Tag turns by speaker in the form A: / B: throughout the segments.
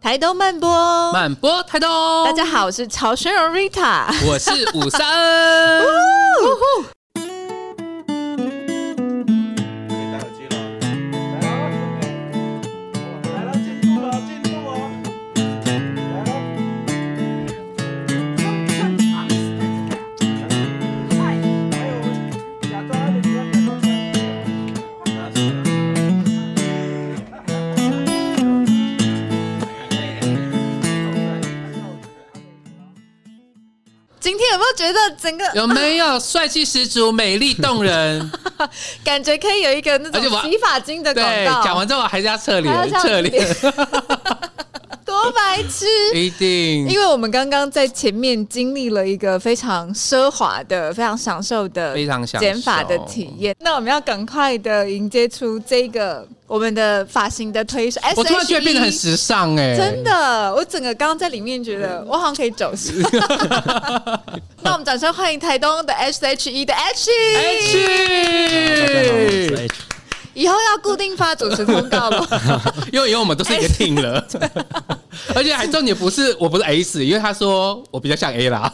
A: 台东慢播，
B: 满播台东，
A: 大家好，我是曹轩荣 Rita。
B: 我是五三。
C: 可以戴耳机了。来了，来了，进步了，进步哦。来了。哎呦，假装还得假装。那是。
A: 今天有没有觉得整个
B: 有没有帅气十足、美丽动 人？
A: 感觉可以有一个那
B: 而且我
A: 种洗发精的广
B: 对，
A: 告？
B: 讲完之后还是要侧
A: 还要
B: 脸，
A: 这样
B: 侧脸
A: 多白痴！
B: 一定
A: 因为我们刚刚在前面经历了一个非常奢华的、非常享受的、
B: 非常享受
A: 减法的体验，那我们要赶快的迎接出这个我们的发型的推手。
B: 我突然觉得变得很
A: SHE
B: 时尚哎、嗯
A: 真的，我整个刚刚在里面觉得我好像可以走心。 那我们掌声欢迎台东的 S H E 的 H，,
B: E H，
A: 以后要固定发主持通告 了。
B: 因为以后我们都是一个 team 了，而且还重点不是我不是 S，因为他说我比较像 A 啦，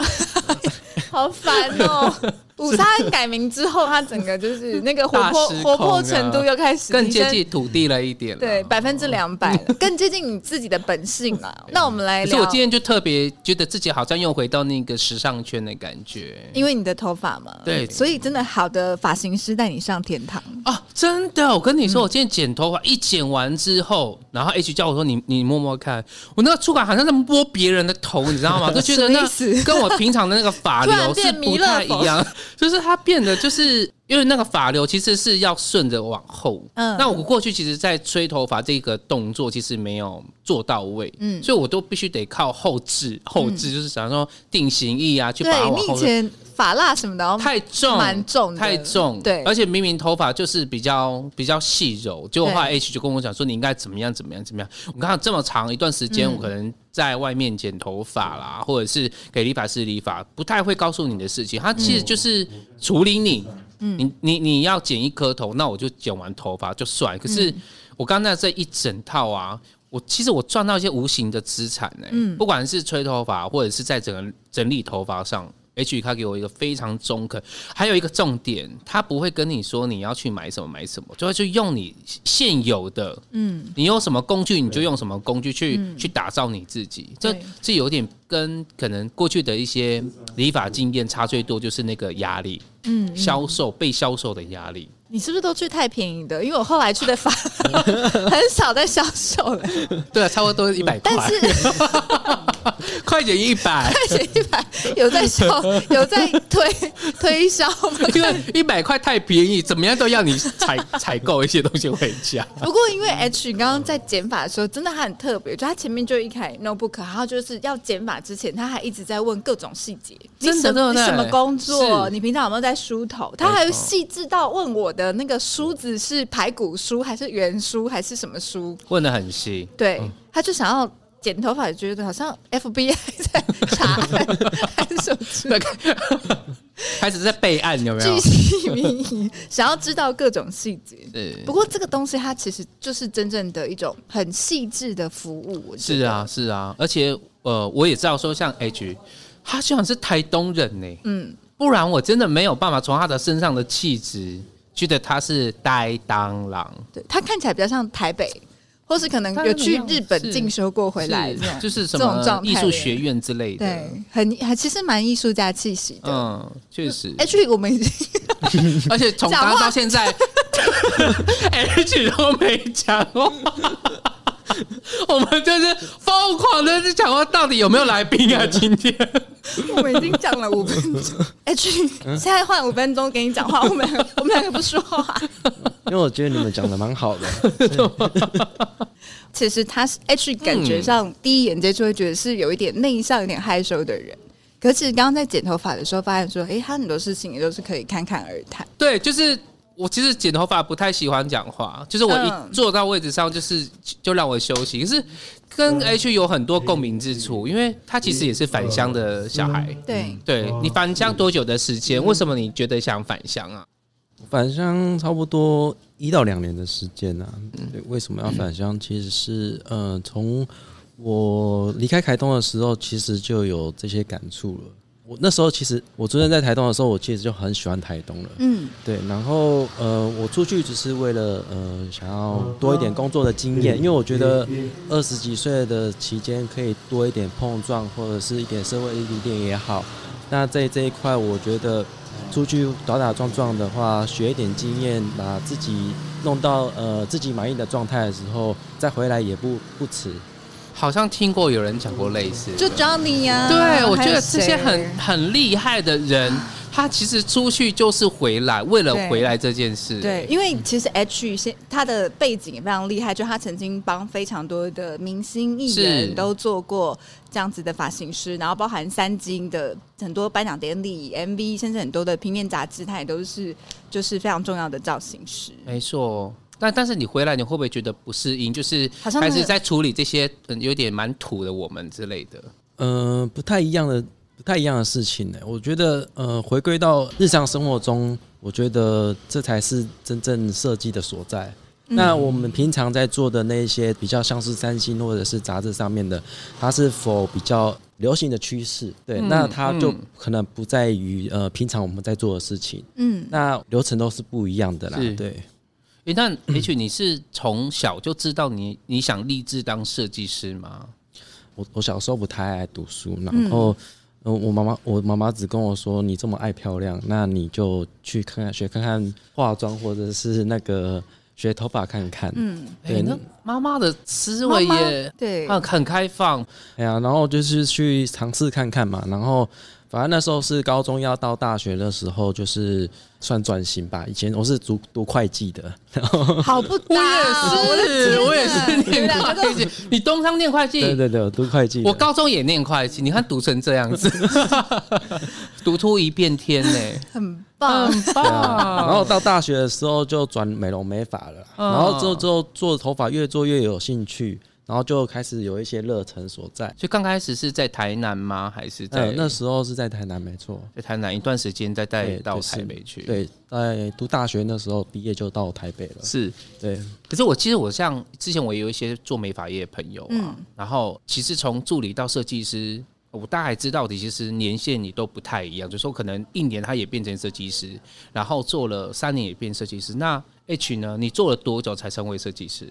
A: 好烦哦、五三改名之后，他整个就是那个活泼、
B: 大失控
A: 活
B: 啊
A: 泼程度又开始
B: 更
A: 提
B: 接
A: 升
B: 近哦土地了一点啦。
A: 对百分之两百， 更接近你自己的本性了。那我们来
B: 可是我
A: 聊，
B: 今天就特别觉得自己好像又回到那个时尚圈的感觉
A: 因为你的头发嘛，
B: 对
A: 所以真的好的发型师带你上天堂。
B: 啊！真的，我跟你说，我今天剪头发一剪完之后，然后 H 叫我说你你摸摸看，我那个触感好像在摸别人的头，你知道 吗？就觉得那
A: 什么意思
B: 跟我平常的那个发
A: 突然
B: 流是
A: 变弥
B: 不
A: 勒
B: 太一
A: 佛
B: 样，就是它变得就是因为那个发流其实是要顺着往后，
A: 嗯
B: 那我过去其实，在吹头发这个动作其实没有做到位，
A: 嗯
B: 嗯，所以我都必须得靠后置，后置就是想说定型液啊，去把它
A: 对
B: 往
A: 你以
B: 后
A: 前发蜡什么的，然后
B: 太重，
A: 蛮重的
B: 太重，
A: 对
B: 而且明明头发就是比较比较细柔，结果后来 H 就跟我讲说你应该怎么样怎么样怎么样。我刚好这么长一段时
A: 嗯
B: 间，我可能在外面剪头发啦，或者是给理发师理发，不太会告诉你的事情，
A: 嗯
B: 他其实就是处理你。你你你要剪一颗头，那我就剪完头发就算。可是
A: 嗯
B: 我刚才这一整套啊，我其实我赚到一些无形的资产呢、不管是吹头发或者是在整个整理头发上。H 他给我一个非常中肯，还有一个重点，他不会跟你说你要去买什么买什么，就会去用你现有的，嗯，你有什么工具你就用什么工具去、去打造你自己。这
A: 对
B: 这有点跟可能过去的一些理发经验差最多，就是那个压力，嗯，销售被销售的压力。
A: 你是不是都去太便宜的？因为我后来去的 发 很少在销售了，
B: 对啊，差不多一百块，
A: 但是
B: 快点一百，
A: 而且一百有在销， 有在推推销嘛。
B: 因为一百块太便宜，怎么样都要你采 采购一些东西回家。
A: 不过因为 H 刚刚在剪法的时候，真的他很特别，就他前面就一开 notebook，然后就是要剪法之前，他还一直在问各种细节，你
B: 真的
A: 什
B: 对不
A: 你
B: 对
A: 什么工作？
B: 是
A: 你平常有没有在梳头？他还有细致到问我的那个梳子是排骨梳还是圆梳还是什么梳？
B: 问的很细，
A: 对，他就想要剪头发，觉得好像 FBI 在 查案还是什么之类
B: 那个开始在备案有没有
A: 巨？细靡遗，想要知道各种细节。
B: 对
A: 不过这个东西它其实就是真正的一种很细致的服务，我觉
B: 是
A: 得，
B: 啊，是啊，而且呃，我也知道说，像 H，他居然是台东人呢、
A: 嗯，
B: 不然我真的没有办法从他的身上的气质觉得他是呆当郎。
A: 对，它看起来比较像台北，或是可能有去日本进修过回来
B: 是
A: 这种，
B: 就是
A: 这
B: 什
A: 种
B: 么
A: 状态
B: 艺术学院之类的。
A: 对，很还其实蛮艺术家气息的。
B: 嗯，确实，
A: H 我们已经
B: 而且从刚
A: 讲
B: 刚
A: 话
B: 到现在，H 都没讲话，我们就是疯狂的在讲话，到底有没有来宾啊？今天
A: 我们已经讲了五分钟，H 现在换五分钟给你讲话，我们我们两个不说话。
D: 因为我觉得你们讲的蛮好的，
A: 其实他是 H 感觉上第一眼接触会觉得是有一点内向、有点害羞的人。可是其实刚刚在剪头发的时候，发现说，诶，他很多事情也都是可以侃侃而谈。
B: 对，就是我其实剪头发不太喜欢讲话，就是我
A: 嗯
B: 一坐到位置上，就是就让我休息。可是跟
A: 嗯
B: H 有很多共鸣之处，因为他其实也是返乡的小孩。
A: 对，
B: 对你返乡多久的时
A: 嗯
B: 间？为什么你觉得想返乡啊？
D: 返乡差不多一到两年的时间啊。对，为什么要返乡？其实是呃，从我离开台东的时候，其实就有这些感触了。我那时候其实我出生在台东的时候，我其实就很喜欢台东了。
A: 嗯，
D: 对，然后呃，我出去只是为了呃想要多一点工作的经验，因为我觉得二十几岁的期间可以多一点碰撞，或者是一点社会历练也好。那在这一块，我觉得出去打打撞撞的话，学一点经验，把自己弄到呃自己满意的状态的时候，再回来也不不迟。
B: 好像听过有人讲过类似的，
A: 就 Johnny 呀、
B: 对，我觉
A: 啊还有
B: 得这些
A: 谁
B: 很很厉害的人，他其实出去就是回来，为了
A: 对
B: 回来这件事。
A: 对，，因为其实 H 现他的背景也非常厉害，就他曾经帮非常多的明星艺
B: 是
A: 人都做过这样子的发型师，然后包含三金的很多颁奖典礼、MV，甚至很多的平面杂志，他也都是就是非常重要的造型师。
B: 没错。但但是你回来，你会不会觉得不适应？就是
A: 好像
B: 开
A: 那
B: 始
A: 个
B: 在处理这些嗯有点蛮土的我们之类的。
D: 呃，不太一样的不太一样的事情呢、我觉得呃，回归到日常生活中，我觉得这才是真正设计的所在。
B: 嗯
D: 那我们平常在做的那些比较像是三星或者是杂志上面的，它是否比较流行的趋势？对，
B: 嗯
D: 那它就
B: 嗯
D: 可能不在于呃平常我们在做的事情，
A: 嗯，
D: 那流程都是不一样的啦
B: 是。
D: 对，
B: 诶，那也许你是从小就知道你你想立志当设计师吗？
D: 我我小时候不太爱读书，然后、呃我妈妈我妈妈只跟我说，你这么爱漂亮，那你就去看看学看看化妆或者是那个学头发看看。嗯，
B: 诶，
D: 对，
B: 那妈妈的思维
A: 妈妈
B: 也
A: 对
B: 很很开放，
D: 哎呀，然后就是去尝试看看嘛，然后。反正那时候是高中要到大学的时候，就是算转型吧。以前我是读读会计的，
A: 好不搭哦，
B: 我
A: 我的天
B: 是，
A: 哪
B: 我也是
A: 你们
B: 念
A: 两个
B: 会
A: 都
B: 计。你东商念会
D: 对
B: 计，
D: 对对，我读会计的。
B: 我高中也念会计，你看读成这样 子，读出一变天呢，
A: 很棒，
B: 很
D: 对啊，然
B: 棒。
D: 后到大学的时候就转美容美发了啦，
B: 嗯
D: 然后之后之后做头发越做越有兴趣，然后就开始有一些热忱所在。
B: 就刚开始是在台南吗？还是在
D: 呃，那时候是在台南，没错。
B: 在台南一段时间，再带
D: 对，
B: 到
D: 就是
B: 台北去？，
D: 对，在读大学那时候毕业就到台北了。
B: 是。
D: 对，
B: 可是我其实我像之前我也有一些做美发业的朋友啊，
D: 嗯
B: 然后其实从助理到设计师，我大概知道的其实年限也都不太一样，就说可能一年他也变成设计师，然后做了三年也变设计师。那 H 呢？你做了多久才成为设计师？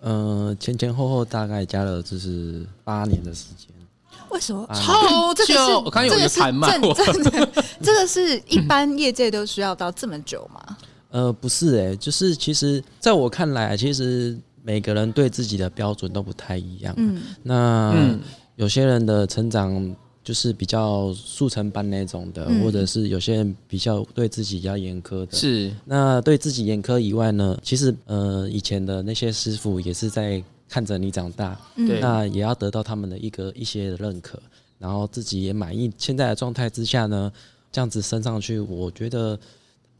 D: 呃，前前后后大概加了就是八年的时间。
A: 为什么？
B: 超
A: 这个是
B: 嗯久我看有
A: 这
B: 人
A: 个是
B: 盘骂我
A: 正正的， 这个是一般业界都需要到这么久吗？
D: 呃，不是哎、就是其实在我看来，啊其实每个人对自己的标准都不太一样。啊
A: 嗯
D: 那、
B: 嗯
D: 有些人的成长就是比较速成班那种的，
A: 嗯
D: 或者是有些人比较对自己比较严苛的。
B: 是
D: 那对自己严苛以外呢，其实呃以前的那些师傅也是在看着你长大，
B: 对
D: 那也要得到他们的一个一些的认可，然后自己也满意现在的状态之下呢，这样子升上去，我觉得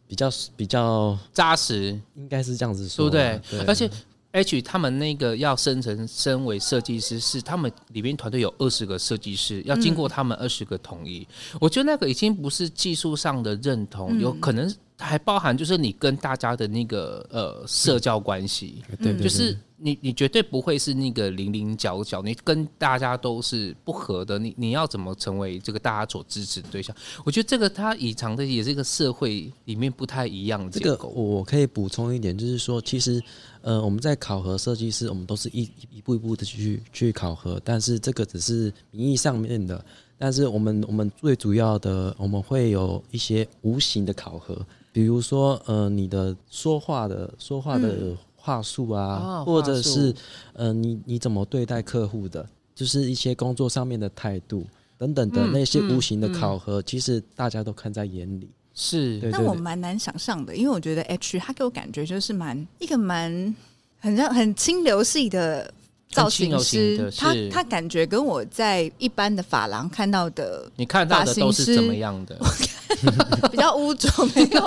D: 比较比较
B: 扎实，
D: 应该是这样子
B: 对
D: 说
B: 不
D: 啊，
B: 对？而
D: 而
B: 且 H 他们那个要升成身为设计师，是他们里面团队有二十个设计师，
D: 嗯
B: 要经过他们二十个同意。我觉得那个已经不是技术上的认
D: 嗯
B: 同，有可能还包含就是你跟大家的那个呃社交关系，
D: 对对
B: 就是你你绝对不会是那个零零角角，你跟大家都是不合的，你你要怎么成为这个大家所支持的对象？我觉得这个它隐藏的也是一个社会里面不太一样的
D: 这
B: 结
D: 个
B: 构。
D: 我可以补充一点，就是说，其实，呃，我们在考核设计师，我们都是一一一步一步的去去考核，但是这个只是名义上面的，但是我们我们最主要的，我们会有一些无形的考核，比如说，呃，你的说话的说话的话术啊，
B: 嗯哦
D: 或者
B: 话术
D: 是，呃，你你怎么对待客户的，就是一些工作上面的态度等等的
B: 嗯
D: 那些
B: 嗯
D: 无形的
B: 嗯
D: 考核，其实大家都看在眼里。
B: 是
D: 对
A: 那
D: 对
A: 我
D: 对
A: 蛮难想象的，因为我觉得 H 他给我感觉就是蛮一个蛮很像很清流系的造型
B: 很清
A: 师
B: 流型的，
A: 他
B: 是
A: 他感觉跟我在一般的发廊看到的
B: 你看到的都是怎么样的？
A: 比较污浊，没 有。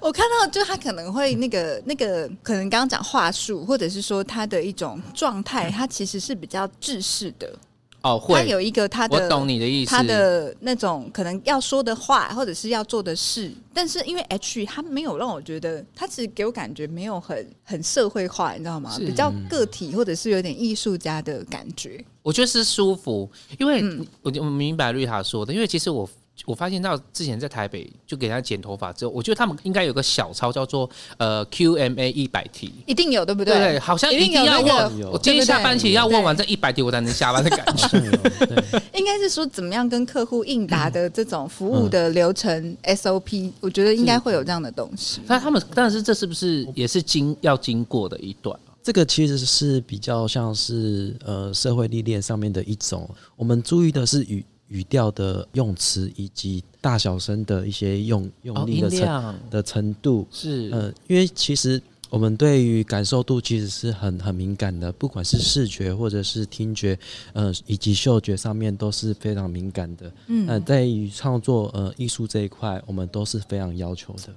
A: 我看到就他可能会那个那个，可能刚刚讲话术，或者是说他的一种状态，他其实是比较制式的。
B: 哦，
A: 他
B: 会，
A: 有一个他的，
B: 我懂你的意思。
A: 他的那种可能要说的话，或者是要做的事，但是因为 H 他没有让我觉得，他其实给我感觉没有很很社会化，你知道吗？
B: 是嗯
A: 比较个体，或者是有点艺术家的感觉。
B: 我觉得是舒服，因为
A: 嗯
B: 我就我明白绿塔说的，因为其实我我发现到之前在台北就给他剪头发之后，我觉得他们应该有个小操叫做呃 QMA 一百题。
A: 一定有，对不
B: 对
A: 对？
B: 好像
A: 一定
B: 定
A: 有
B: 要
A: 那
B: 问，
A: 个
D: 有
B: 我今天下班前要问完这
A: 对
B: 一百题，我才能下班的感觉。
A: 应该是说怎么样跟客户应答的这种服
B: 嗯
A: 务的流程 SOP，我觉得应该会有这样的东西。
B: 那他们，但是这是不是也是经要经过的一段？
D: 这个其实是比较像是呃社会历练上面的一种，我们注意的是语语调的用词以及大小声的一些用用力的
B: 哦音
D: 程、
B: 量
D: 的程度。
B: 是，
D: 呃，因为其实我们对于感受度其实是很很敏感的，不管是视觉或者是听觉，呃，以及嗅觉上面都是非常敏感的。嗯，呃，在于创作呃艺术这一块，我们都是非常要求的。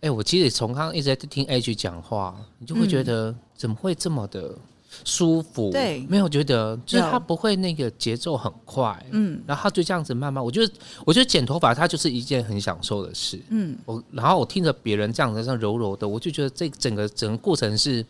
B: 哎、我其实从刚刚一直在听 H 讲话，你就会
A: 嗯
B: 觉得、怎么会这么的舒服？
A: 对
B: 没有觉得，就是
A: 有
B: 他不会那个节奏很快，
A: 嗯
B: 然后他就这样子慢慢。我觉得，我觉得剪头发它就是一件很享受的事。
A: 嗯，
B: 我然后我听着别人这样子这样柔柔的，我就觉得这整个整个过程是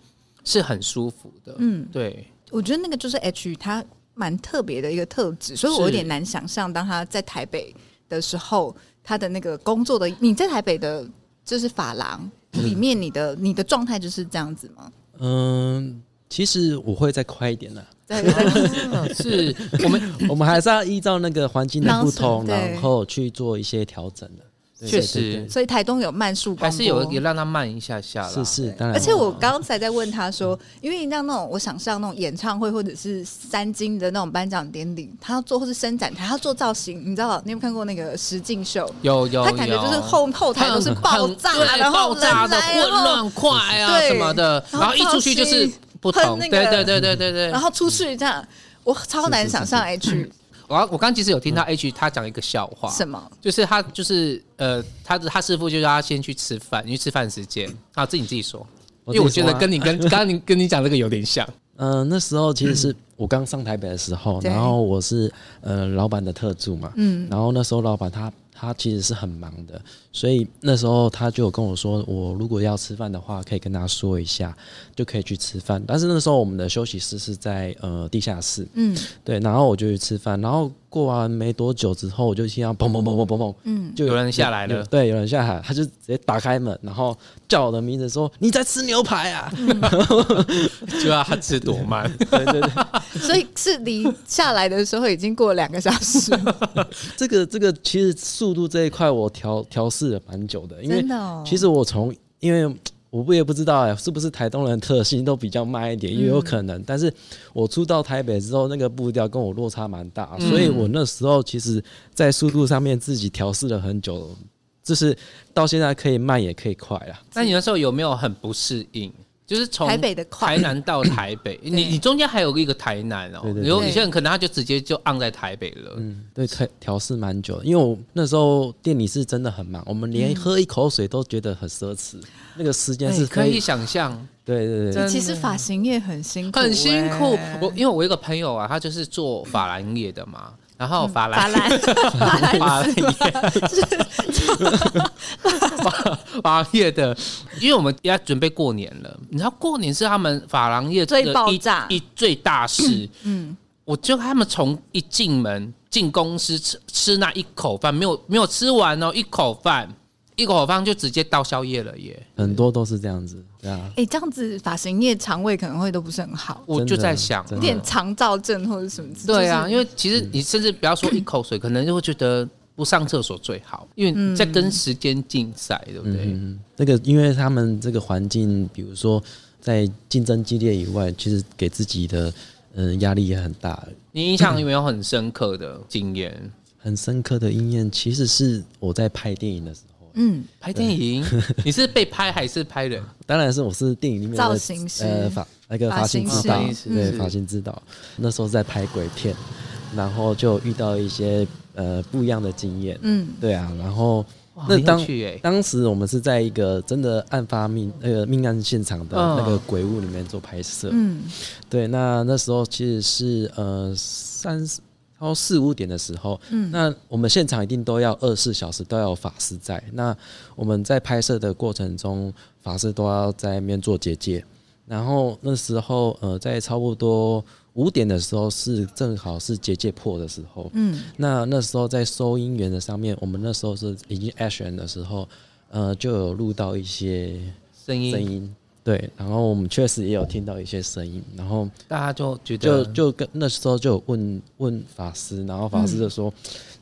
B: 是很舒服的。
A: 嗯
B: 对，
A: 我觉得那个就是 H 他蛮特别的一个特质，所以
B: 是
A: 我有点难想象，当他在台北的时候，他的那个工作的，你在台北的，就是法郎里面，你的你的状态就是这样子吗？
D: 嗯，其实我会再快一点啦。
A: 对对，
B: 是我们
D: 我们还是要依照那个环境的不同，
A: 当时对
D: 然后去做一些调整的。对
B: 确
D: 对对
B: 实
D: 对
A: 所以台东有慢速
B: 还
A: 光波，
B: 是有也让它慢一下下啦。
D: 是是，当然。
A: 而且我刚才在问他说，因为像那种我想上那种演唱会或者是三金的那种颁奖典礼，他要做或是伸展台，他要做造型，你知道？你有没有看过那个实境秀？
B: 有有，
A: 他感觉就是
B: 有
A: 后后台都是爆炸
B: 很对
A: 然后
B: 爆炸的
A: 人来
B: 混乱快啊
A: 对
B: 什么的，
A: 然后
B: 然后一出去就是不同，
A: 喷
B: 对
A: 那个嗯
B: 对对对对对
A: 然。后出去这样，我超难想象
D: 嗯
A: H
B: 我我刚其实有听到 H 他讲一个笑话，
A: 什么。
B: 就是他就是呃，他的他师傅就叫他先去吃饭，因为吃饭时间啊，这你自己说，因
D: 我自己
B: 为我觉得
D: 说啊
B: 跟你 跟刚刚你跟你讲这个有点像，
D: 嗯、那时候其实是我刚上台北的时候，
A: 对
D: 然后我是呃老板的特助嘛，嗯，然后那时候老板他他其实是很忙的，所以那时候他就有跟我说，我如果要吃饭的话，可以跟他说一下，就可以去吃饭。但是那时候我们的休息室是在呃地下室，
A: 嗯，
D: 对，然后我就去吃饭，然后过完没多久之后，我就听到砰砰砰砰砰砰，嗯，就
B: 有人下来了
D: 有对，有人下来，他就直接打开门，然后叫我的名字说你在吃牛排啊，
B: 就要他吃多慢，
D: 对对对，
A: 所以是离下来的时候已经过了两个小时了，
D: 这个这个其实速度这一块我调调试了蛮久 的，因为
A: 真的哦
D: 其实我从因为。我不也不知道哎、是不是台东人的特性都比较慢一点，也有可
A: 嗯
D: 能。但是我出到台北之后，那个步调跟我落差蛮大，所以我那时候其实，在速度上面自己调试了很久，就是到现在可以慢也可以快啦。
B: 那你那时候有没有很不适应？就是从
A: 台北的快
B: 台南到台北，你你中间还有一个台南哦、
D: 对对对
B: 有有些人可能他就直接就按在台北了，
D: 嗯，对，调调试蛮久的，因为我那时候店里是真的很忙，我们连喝一口水都觉得很奢侈，那个时间是
B: 哎可
D: 非
B: 以想象
D: 对对对
B: 真的
A: 其实发型也很辛苦、
B: 很辛苦
A: 哎。
B: 我因为我有一个朋友啊，他就是做法兰业的嘛，然后法
A: 嗯法
B: 兰
A: 兰， 法兰
B: 法兰业 法兰业的，因为我们要准备过年了，你知道过年是他们法兰业的
A: 最
B: 一
A: 爆炸
B: 一最大事。嗯，我就他们从一进门进公司吃吃那一口饭，没有没有吃完哦，一口饭一口饭就直接到宵夜了耶。
D: 很多都是这样子，对啊，
A: 哎、这样子发型业肠胃可能会都不是很好，
B: 我就在想，
D: 真
A: 有
D: 的
A: 点肠燥症或者什么之类的。
B: 对啊，
A: 就是
B: 因为其
D: 嗯
B: 实你甚至不要说一口水，可 能就会觉得不上厕所最好，因为
A: 嗯
B: 你在跟时间竞赛，对不对？
D: 嗯，那个因为他们这个环境，比如说在竞争激烈以外，其实给自己的嗯压力也很大。
B: 你印象有没有很深刻的经验？
D: 很深刻的经验其实是我在拍电影的时候，
A: 嗯，
B: 拍电影，你是被拍还是拍人？
D: 当然是我是电影里面的
A: 造型师
D: 呃发那个发型
A: 发型
D: 指导
B: 师，
D: 对
B: 嗯
D: 发型指导，那时候在拍鬼片，然后就遇到一些呃不一样的经验，
A: 嗯，
D: 对啊，然后
B: 哇
D: 那
B: 很有
D: 当
B: 趣欸
D: 当时我们是在一个真的案发命那个命案现场的
B: 嗯
D: 那个鬼屋里面做拍摄，
A: 嗯，
D: 对，那那时候其实是呃三十超四五点的时候，嗯，那我们现场一定都要二十四小时都要有法师在。那我们在拍摄的过程中，法师都要在面做结界。然后那时候，呃，在差不多五点的时候是正好是结界破的时候，嗯，那那时候在收音源的上面，我们那时候是已经 action 的时候，呃，就有录到一些
B: 声音
D: 声音，对，然后我们确实也有听到一些声音，然后
B: 大家就觉
D: 就
B: 得
D: 就跟那时候就有问问法师，然后法师就说，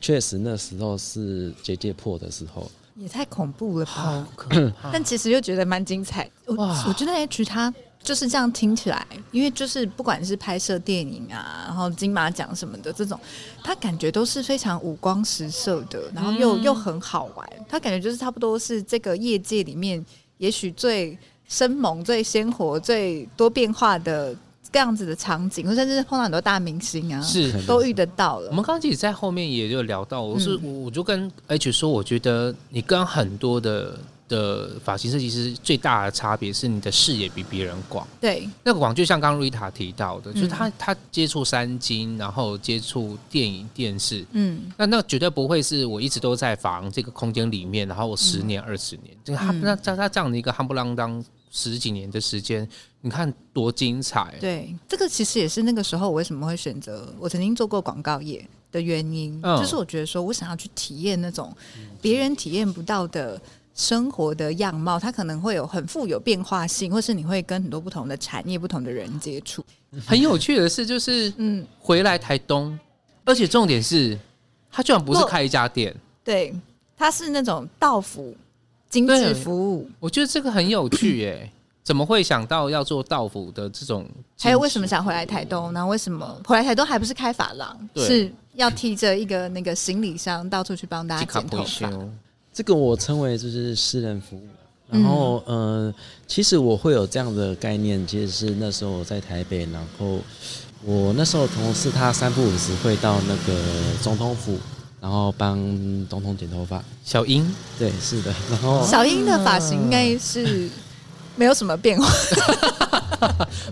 D: 确实那时候是结界破的时候，
A: 也太恐怖了吧！
B: 可 怕
A: 但其实又觉得蛮精彩。我
B: 哇
A: 我觉得 H 他就是这样听起来，因为就是不管是拍摄电影啊，然后金马奖什么的这种，他感觉都是非常五光十色的，然后又、
B: 嗯
A: 又很好玩。他感觉就是差不多是这个业界里面，也许最生猛、最鲜活、最多变化的这样子的场景，或甚至是碰到很多大明星啊，
B: 是
A: 都遇得到了
B: 我。们刚刚其实，在后面也有聊到，我是、我
A: 嗯
B: 我就跟 H 说，我觉得你跟很多的的发型设计师最大的差别是你的视野比别人广。
A: 对，
B: 那个广就像刚刚瑞塔提到的，就是
A: 嗯
B: 他他接触三金，然后接触电影电视，
A: 嗯，
B: 那那绝对不会是我一直都在房这个空间里面，然后我十年二十、20年，就他
A: 嗯
B: 那像他这样的一个夯不啷当十几年的时间，你看多精彩。
A: 对，这个其实也是那个时候我为什么会选择我曾经做过广告业的原因，
B: 嗯
A: 就是我觉得说我想要去体验那种别人体验不到的。生活的样貌，它可能会有很富有变化性，或是你会跟很多不同的产业、不同的人接触。
B: 很有趣的是，就是
A: 嗯，
B: 回来台东，而且重点是，他居然不是
A: 不
B: 开一家店，
A: 对，它是那种到府精
B: 对
A: 致服务，
B: 我觉得这个很有趣耶、 怎么会想到要做道府的这种？
A: 还有为什么？想回来台东？然后为什么回来台东还不是开发廊？
B: 对
A: 是要提着一个那个行李箱到处去帮大
B: 吉
A: 家
B: 卡
A: 剪
B: 普
A: 头
B: 修
A: 发。，
D: 这个我称为就是私人服务。然后，呃，其实我会有这样的概念，其实是那时候我在台北，然后我那时候同事他三不五时会到那个总统府，然后帮总统剪头发。
B: 小英，
D: 对，是的。然
B: 哦
D: 后
A: 小英的发型应该是没有什么变化，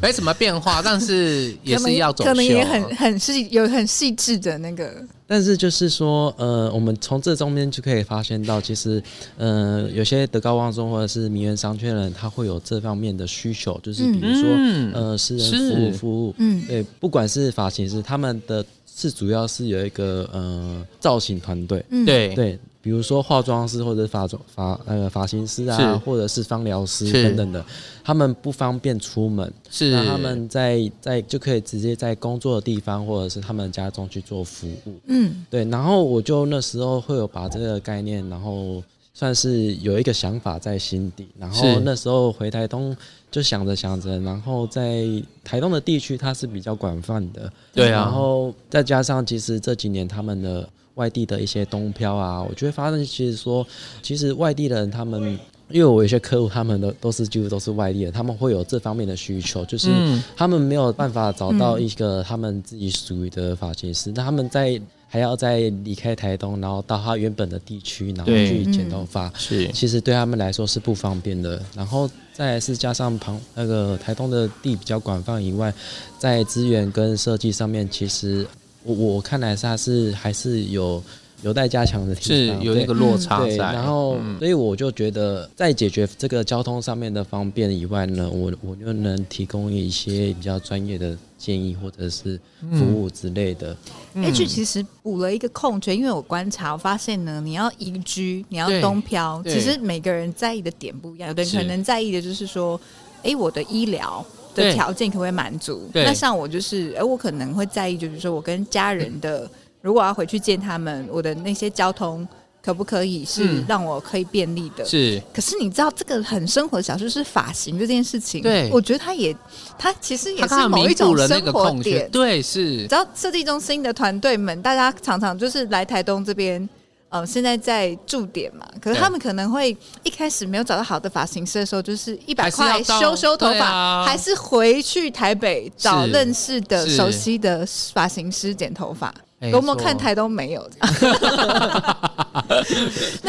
B: 没什么变化，但是 也
A: 可能
B: 是要走秀，哦
A: 可
B: 啊
A: 能也很很细，有很细致的那个，
D: 但是就是说，呃，我们从这中间就可以发现到，其实，呃，有些德高望重或者是名媛商圈人，他会有这方面的需求，就是比如说，
B: 嗯
D: 呃，私
B: 是
D: 人服务服务，
A: 嗯
D: 对，不管是发型师，他们的是主要是有一个呃造型团队，
A: 嗯，
B: 对，
D: 对，比如说化妆师或者发妆发呃发型师
B: 是
D: 啊，或者是芳疗师
B: 是
D: 等等的，他们不方便出门，
B: 是
D: 那他们在在就可以直接在工作的地方或者是他们家中去做服务。
A: 嗯
D: 对，然后我就那时候会有把这个概念，然后算是有一个想法在心底。然
B: 是
D: 后那时候回台东就想着想着，然后在台东的地区它是比较广泛的，
B: 对啊
D: 嗯然后再加上其实这几年他们的外地的一些东漂啊，我就会发现其实说，其实外地人他们。因为我有一些客户，他们都都是几乎都是外地人，他们会有这方面的需求，就是
B: 嗯
D: 他们没有办法找到一个他们自己属于的发型师，那、他们在还要再离开台东，然后到他原本的地区，然后
B: 对
D: 去剪头发，
B: 是
D: 其实对他们来说是不方便的。然后再来是加上旁那个台东的地比较广泛以外，在资源跟设计上面，其实我我看来是它是还是有有待加强的
B: 是
D: 地方，
B: 有那
D: 对
B: 个落差
D: 对，
B: 在，
D: 然后、
B: 嗯
D: 所以我就觉得，在解决这个交通上面的方便以外呢，我我就能提供一些比较专业的建议或者是服务之类的。
B: 嗯
A: ，H 其实补了一个空缺，因为我观察我发现呢，你要移居，你要
B: 对
A: 东漂，
B: 对
A: 其实每个人在意的点不一样，有的人
B: 是
A: 可能在意的就是说，哎，我的医疗。
B: 对
A: 的条件可不可以满足？
B: 对
A: 那像我就是，哎，我可能会在意，就是说我跟家人
B: 嗯
A: 的，如果要回去见他们，我的那些交通可不可以是
B: 嗯
A: 让我可以便利的？
B: 是
A: 可是你知道这个很生活的小事就是发型这件事情，
B: 对
A: 我觉得它也，它其实也
B: 他
A: 是
B: 刚好
A: 某一
B: 弥
A: 种
B: 补了那
A: 生
B: 个
A: 活
B: 空缺，
A: 点。
B: 对，是
A: 你知道设计中心的团队们，大家常常就是来台东这边，呃，现在在驻点嘛，可是
B: 对
A: 他们可能会一开始没有找到好的发型师的时候，就是一百
B: 还是要
A: 块
B: 到
A: 修修头
B: 对
A: 发，
B: 啊
A: 还是回去台北找
B: 是
A: 认识的、
B: 是
A: 熟悉的发型师剪头发。
B: 没
A: 多么
B: 错
A: 看台东没有，但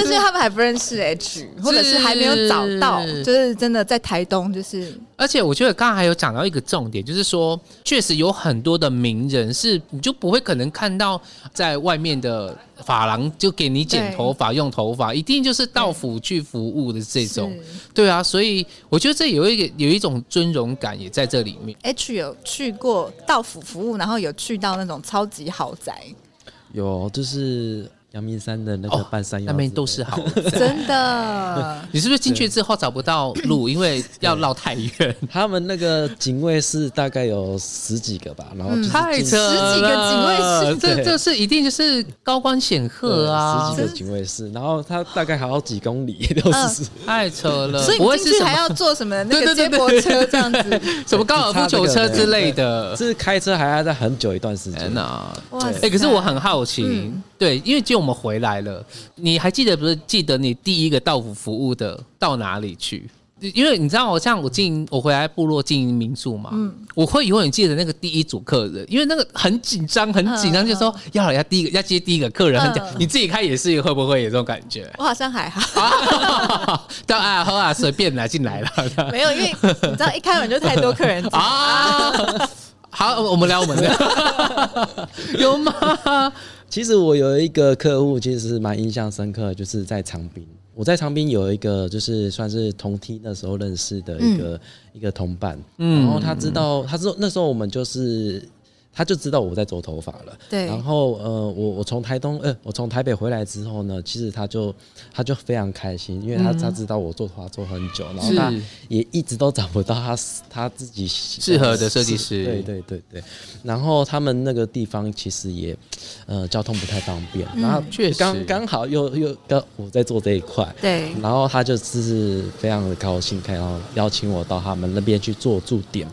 A: 是他们还不认识 H，或者是还没有找到，就是真的在台东，就是
B: 而且我觉得刚刚还有讲到一个重点，就是说，确实有很多的名人是你就不会可能看到在外面的发廊就给你剪头发、用头发，一定就是到府去服务的这种。对啊，所以我觉得这有一个有一种尊荣感也在这里面。
A: H 有去过到府服务，然后有去到那种超级豪宅，
D: 有就是阳明山的那个半山腰
B: 哦那
D: 之类
B: 边
D: 的、
B: 都是好。
A: 真的
B: 你是不是进去之后找不到路，因为要绕太远？
D: 他们那个警卫室大概有十几嗯个吧，然后就是
B: 太
D: 进
B: 扯
A: 十
B: 了！
A: 几个警卫室
B: 这
D: 对
B: 这是一定就是高官显赫啊
D: 对！十几个警卫室，然后他大概好几公里都是。
B: 太扯了，
A: 所以
B: 不会
A: 你
B: 是
A: 进去
B: 什
A: 还
B: 么
A: 要坐什么那
B: 对
A: 个
B: 对
A: 接
B: 对
A: 驳
B: 对
A: 车这样 子，
B: 什么高尔夫球车之类的。
D: 是开车还要再很久一段时间
B: 天哪！
A: 哇
B: 哎、可是我很好奇，对，因为今天我们回来了，你还记得不是？记得你第一个到府服务的到哪里去？因为你知道，我像我进我回来部落经营民宿嘛，我会永远记得那个第一组客人，因为那个很紧张，很紧张，就说要来要第一个要接第一个客人，很紧
A: 嗯。
B: 你自己开也是会不会有这种感觉？
A: 我好像还好。
B: 啊，到啊喝啊，随便来进来了。
A: 没有，因为你知道一开门就太多客人进 来
B: 啊。 好，我们聊我们的， 有吗？
D: 其实我有一个客户，其实是蛮印象深刻的，就是在长滨。我在长滨有一个，就是算是同梯那时候认识的一个、一个同伴，
B: 嗯
D: 然后他知道，他说那时候我们就是，他就知道我在做头发了。
A: 对
D: 然后呃，我我从台东，呃，我从台北回来之后呢，其实他就他就非常开心，因为他、他知道我做头发做很久，然后
B: 是
D: 他也一直都找不到他他自己喜
B: 适合的设计师
D: 对对对对。然后他们那个地方其实也，呃，交通不太方便，然后
B: 确实
D: 刚刚好又又刚我在做这一块，
A: 对
D: 然后他就是非常的高兴，然后邀请我到他们那边去做驻点，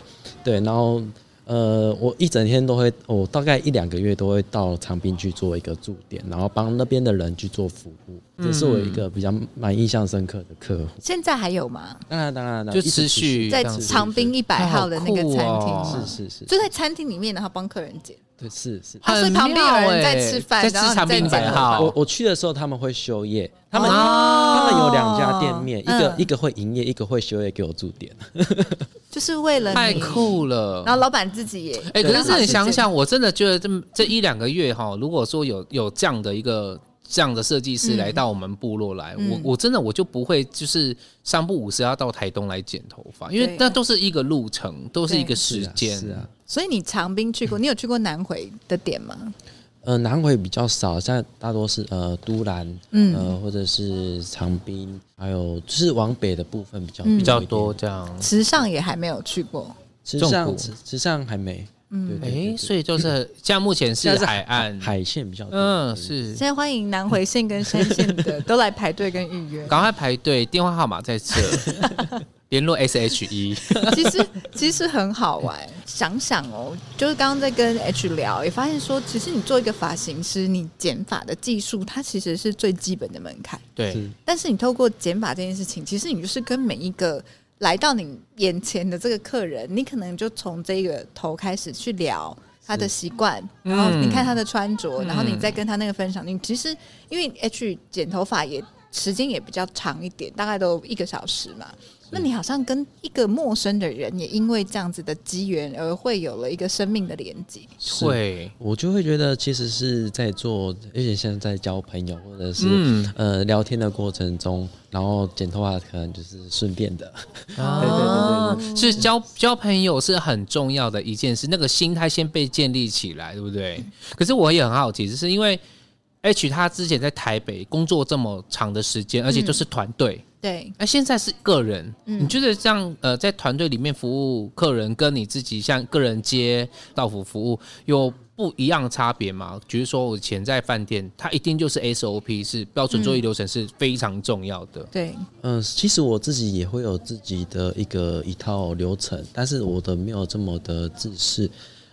D: 对，然后呃，我一整天都会，我大概一两个月都会到长滨去做一个驻点，然后帮那边的人去做服务，这是我一个比较蛮印象深刻的客户。
A: 现在还有吗？
D: 当然当然，当然
B: 就
D: 一直
B: 持续
A: 在
B: 这样子
A: 长滨一百号的那个餐
B: 哎好酷哦
A: 厅，
D: 是是是，
A: 就在餐厅里面，然后帮客人剪。
D: 对是是。
A: 啊所以旁边有人在吃饭
B: 欸在
A: 然后你
B: 吃长
A: 在
B: 滨
A: 剪
B: 百
A: 头
B: 号，
D: 我我去的时候他们会休业，他们、
A: 哦
D: 他们有两家店面，一个、
A: 嗯
D: 一个会营业，一个会休业给我驻点。
A: 就是为了
B: 太
A: 你。
B: 酷了
A: 然。后老板自己也
B: 哎、
A: 刚
B: 可是
A: 好
B: 真的想
A: 这
B: 想，我真的觉得这么这一两个月哈，如果说有有这样的一个这样的设计师来到我们部落来，
A: 嗯
B: 我我真的我就不会就是三不五时要到台东来剪头发，因为
A: 对
B: 那都是一个路程，都是一个时间、
D: 是啊，
A: 所以你长滨去过，
B: 嗯
A: 你有去过南回的点吗？
D: 呃，南回比较少，现在大多是呃都兰，
A: 嗯
D: 呃或者是长滨，还有就是往北的部分比较、
B: 比较多。这样。
A: 池上也还没有去过，
D: 池
B: 重
D: 上
B: 谷
D: 池池上还没，嗯，
B: 哎、
D: 对对
B: 所以就是现在目前是
D: 现在是
B: 海岸，
D: 海线比较多，
B: 嗯，是
A: 现在欢迎南回线跟山线的都来排队跟预 约。
B: 赶快排队，电话号码 在这，联络 E SHE。
A: 其实其实很好玩，想想哦，就是刚刚在跟 H 聊，也发现说，其实你做一个发型师，你剪发的技术，它其实是最基本的门槛。
B: 对，
A: 但是你透过剪发这件事情，其实你就是跟每一个来到你眼前的这个客人，你可能就从这个头开始去聊他的习惯，然后你看他的穿着，然后你再跟他那个分享。你其实因为 H 剪头发也时间也比较长一点，大概都一个小时嘛。那你好像跟一个陌生的人，也因为这样子的机缘而会有了一个生命的连接。
B: 会，
D: 我就会觉得其实是在做，而且像在交朋友或者是、
B: 嗯
D: 呃聊天的过程中，然后剪头发可能就是顺便的，
B: 啊，是交交朋友是很重要的一件事，那个心态先被建立起来，对不对？可是我也很好奇，就是因为 H 他之前在台北工作这么长的时间，而且都是团队，
A: 对，
B: 那、现在是个人，你觉得这样呃，在团队里面服务客人，跟你自己像个人接到府服务有不一样的差别吗？比如说我以前在饭店，它一定就是 SOP 是标准作业流程是非常重要的。
A: 对，
D: 嗯，其实我自己也会有自己的一个一套流程，但是我的没有这么的自私。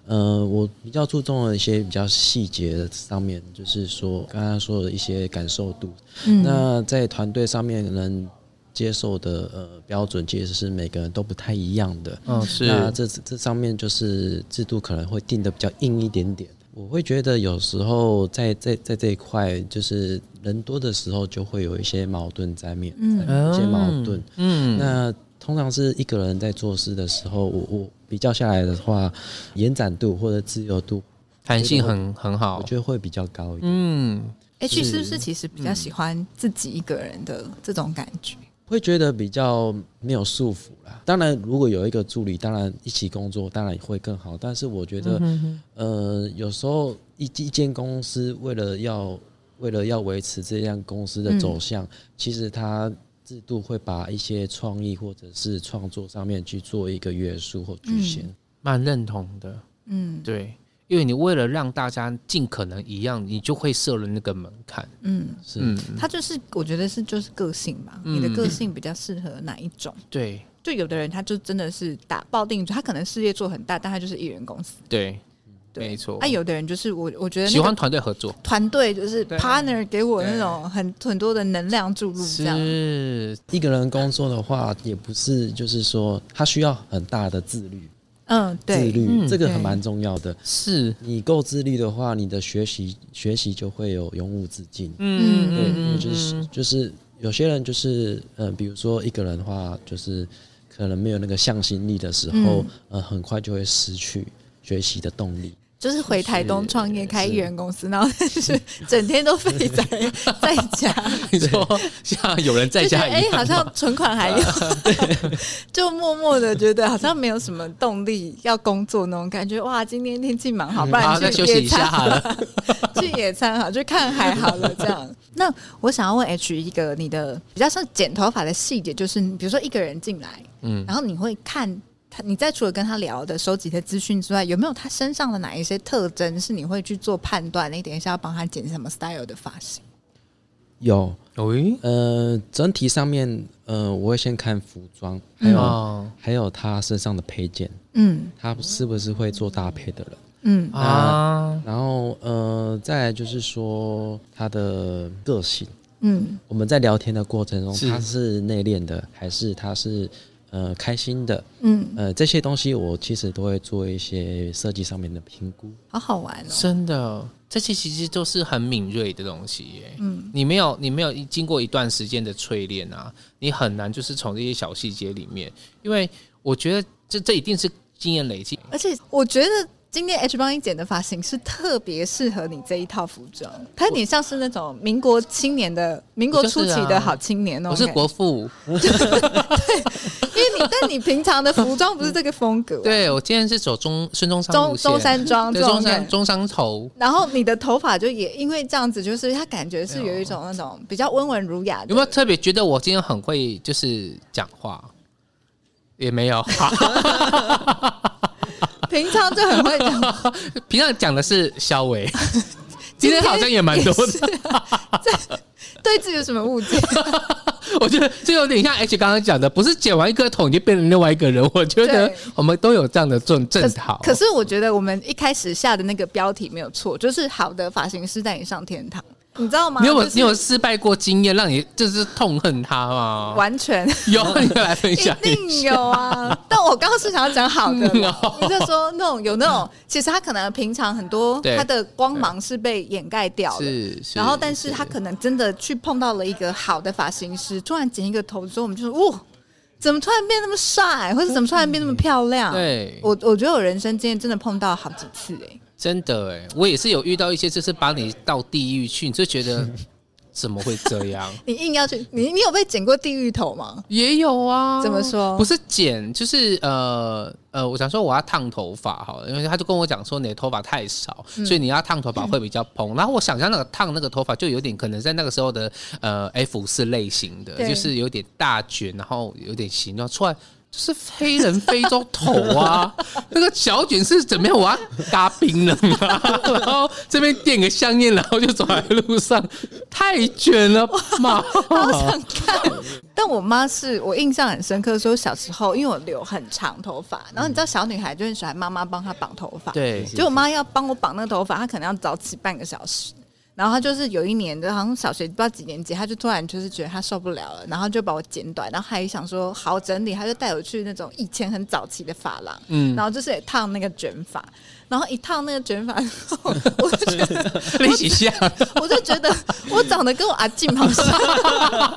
D: 呃，我比较注重的一些比较细节上面，就是说刚刚说的一些感受度。那在团队上面能接受的呃标准，其实是每个人都不太一样的。
B: 嗯，是
D: 那这这上面就是制度可能会定的比较硬一点点。我会觉得有时候在在在这一块，就是人多的时候就会有一些矛盾在面，
A: 嗯
B: 呃
D: 有一些矛盾。
B: 哦嗯，
D: 那通常是一个人在做事的时候，我我比较下来的话，延展度或者自由度，
B: 弹性很很好
D: 我，觉得会比较高一点。
B: 嗯，
A: ，H 是不是其实比较喜欢自己一个人的这种感觉？
D: 会觉得比较没有束缚啦。当然，如果有一个助理，当然一起工作，当然会更好。但是我觉
B: 嗯
D: 得，呃，有时候一一间公司为了要为了要维持这样公司的走
B: 嗯
D: 向，其实它制度会把一些创意或者是创作上面去做一个约束或局限。
B: 蛮认同的，
A: 嗯
B: 对，因为你为了让大家尽可能一样，你就会设了那个门槛，
A: 嗯，
D: 是，
B: 嗯，
A: 他就是我觉得是就是个性吧，
B: 嗯
A: 你的个性比较适合哪一种？
B: 对
A: 就有的人他就真的是打抱定主，他可能事业做很大，但他就是艺人公司。
B: 对，
A: 对
B: 没错
A: 那、，啊有的人就是我，我觉得
B: 哦喜
A: 那
B: 欢
A: 个
B: 团队合作，
A: 团队就是
B: 对啊
A: partner 给我
B: 对
A: 那种很很多的能量注入，这样
B: 是，
D: 一个人工作的话，也不是就是说他需要很大的自律，
A: 嗯，
D: 自
A: 对，
D: 律、
B: 嗯
D: 这个很
A: 对
D: 蛮重要的。
B: 是，
D: 你够自律的话，你的学习学习就会有永无止境。
B: 嗯
A: 嗯
D: 对，
B: 嗯
D: 就是
B: 嗯，
D: 就是有些人就是嗯、呃比如说一个人的话，就是可能没有那个向心力的时候，
A: 嗯
D: 呃，很快就会失去学习的动力。
A: 就是回台东创业开艺人公司，然后就是整天都废 在在家，
B: 你 说像有人在
A: 就觉得
B: 家
A: 哎、
B: 一
A: 好
B: 样吗，
A: 像存款 还有， 就默默的觉得好像没有什么动力要工作那种感觉。哇，今天天气蛮好，不
B: 嗯好
A: 然
B: 再
A: 去
B: 休息
A: 野
B: 一下
A: 餐
B: 好
A: 好了，
B: 了，
A: 去野餐好，去看海好了。这样，那我想要问 H 一个你的比较像剪头发的细节，就是比如说一个人进来，
B: 嗯
A: 然后你会看他，你在除了跟他聊的收集的资讯之外，有没有他身上的哪一些特征是你会去做判断？你等一下要帮他剪什么 style 的发型？
D: 有，
B: 喂，
D: 呃，整体上面，呃，我会先看服装，还有、
B: 哦
D: 还有他身上的配件，
A: 嗯
D: 他是不是会做搭配的人。
A: 嗯
B: 啊，
D: 然后，呃，再来就是说他的个性。
A: 嗯
D: 我们在聊天的过程中，
B: 是
D: 他是内敛的，还是他是呃开心的？
A: 嗯，
D: 呃，这些东西我其实都会做一些设计上面的评估。
A: 好好玩哦。
B: 真的，这些其实都是很敏锐的东西耶。
A: 嗯
B: 你没有你没有一经过一段时间的淬炼啊，你很难就是从这些小细节里面，因为我觉得这这一定是经验累积。
A: 而且我觉得今天 H 帮你剪的发型是特别适合你这一套服装，它有点像是那种民国青年的、民国初期的好青年哦。
B: 我是国父，
A: 因为你但你平常的服装不是这个风格、，
B: 对我今天是走中孙中山
A: 中
B: 路线
A: 中山装
B: 对
A: 这种
B: 中
A: 感
B: 山
A: 觉
B: 中山头，
A: 然后你的头发就也因为这样子，就是它感觉是有一种那种比较温文儒雅的。
B: 有没有特别觉得我今天很会就是讲话？也没 有，
A: 平常就很会 讲，
B: 平常讲的是 肖伟，今天好像也蛮多的。
A: 是啊 这对自己有什么误解？
B: 我觉得这有点像 H 刚刚讲的，不是剪完一个桶就变成另外一个人。我觉得
A: 对
B: 我们都有这样的正
A: 可
B: 正
A: 是
B: 讨。
A: 可是我觉得我们一开始下的那个标题没有错，就是好的发型师带你上天堂，你知道吗？
B: 你有没有、
A: 就是
B: 你有失败过经验，让你就是痛恨他吗？
A: 完全
B: 有， 你来分
A: 一
B: 享下
A: 定有啊！但我刚刚是想要讲好的
B: 嗯
A: 啦
B: 哦，
A: 你就说那种有那种，其实他可能平常很多
B: 对
A: 他的光芒是被掩盖掉的。
B: 是，是
A: 然后，但是他可能真的去碰到了一个好的发型师，突然剪一个头之后，我们就说：“哇，怎么突然变那么帅，或者怎么突然变那么漂亮？”
B: 嗯对，
A: 我我觉得我人生经验真的碰到好几次哎、
B: 真的哎，我也是有遇到一些，就是把你到地狱去，你就觉得 怎么会这样？
A: 你硬要去，你你有被剪过地狱头吗？
B: 也有啊，
A: 怎么说
B: 不是剪，就是呃呃，我想说我要烫头发好了，因为他就跟我讲说你的头发太少，
A: 嗯
B: 所以你要烫头发会比较蓬。 然后我想象那个烫那个头发就有点可能在那个时候的呃 F 四类型的，
A: 对
B: 就是有点大卷，然后有点形状出来。就是黑人非洲头 啊，那个小卷是怎么样？我要嘎冰冷啊，然后这边点个香烟，然后就走在路上，太卷 了嘛！
A: 但我妈是我印象很深刻，说小时候因为我留很长头发，然后你知道小女孩就很喜欢妈妈帮她绑头发，，
B: 对，
A: 就我妈要帮我绑那个头发，她可能要早起半个小时。然后他就是有一年，就好像小学不知道几年级，他就突然就是觉得他受不了了，然后就把我剪短，然后还想说好整理，他就带我去那种以前很早期的发廊，
B: 嗯
A: 然，后就是也烫那个卷发，然后一烫那个卷发之后，我就觉得，
B: 你几下？
A: 我就觉得我长得跟我阿静好像，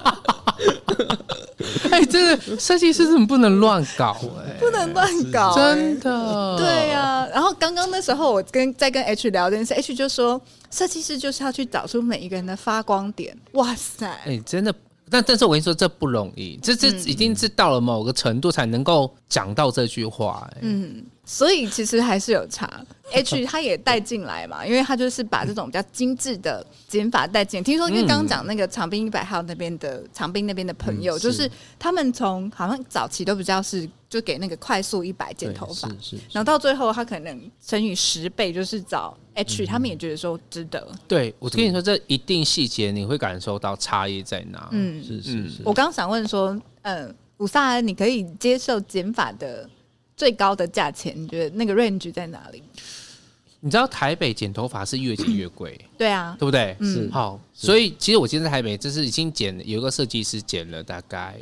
B: 哎，真的，设计师怎么不能乱搞 哎、
A: 不能乱搞、欸
B: 真的，
A: 对啊呀、然后刚刚那时候我跟在跟 H 聊这件事，H 就说设计师就是要去找出每一个人的发光点。哇塞，
B: 哎、真的。但但是我跟你说，这不容易，这这
A: 嗯
B: 一定是到了某个程度才能够讲到这句话、哎，
A: 嗯，所以其实还是有差。H 他也带进来嘛，因为他就是把这种比较精致的剪法带进来。听说因为刚刚讲那个长滨一百号那边的长滨那边的朋友，
D: 嗯
A: 就是
D: 是
A: 他们从好像早期都比较是就给那个快速一百剪
D: 对
A: 头发，
D: 是是
A: 然后到最后他可能乘以十倍，就是找 H，、他们也觉得说值得。
B: 对我跟你说，这一定细节你会感受到差异在哪。嗯，
A: 嗯，
D: 是
B: 嗯
D: 是是，
A: 我刚想问说，嗯，古萨尔，你可以接受减法的最高的价钱？你觉得那个 range 在哪里？
B: 你知道台北剪头发是越剪越贵，
A: 对啊，
B: 对不对？
D: 是
B: 嗯好，所以其实我今天在台北，就是已经剪有一个设计师剪了大概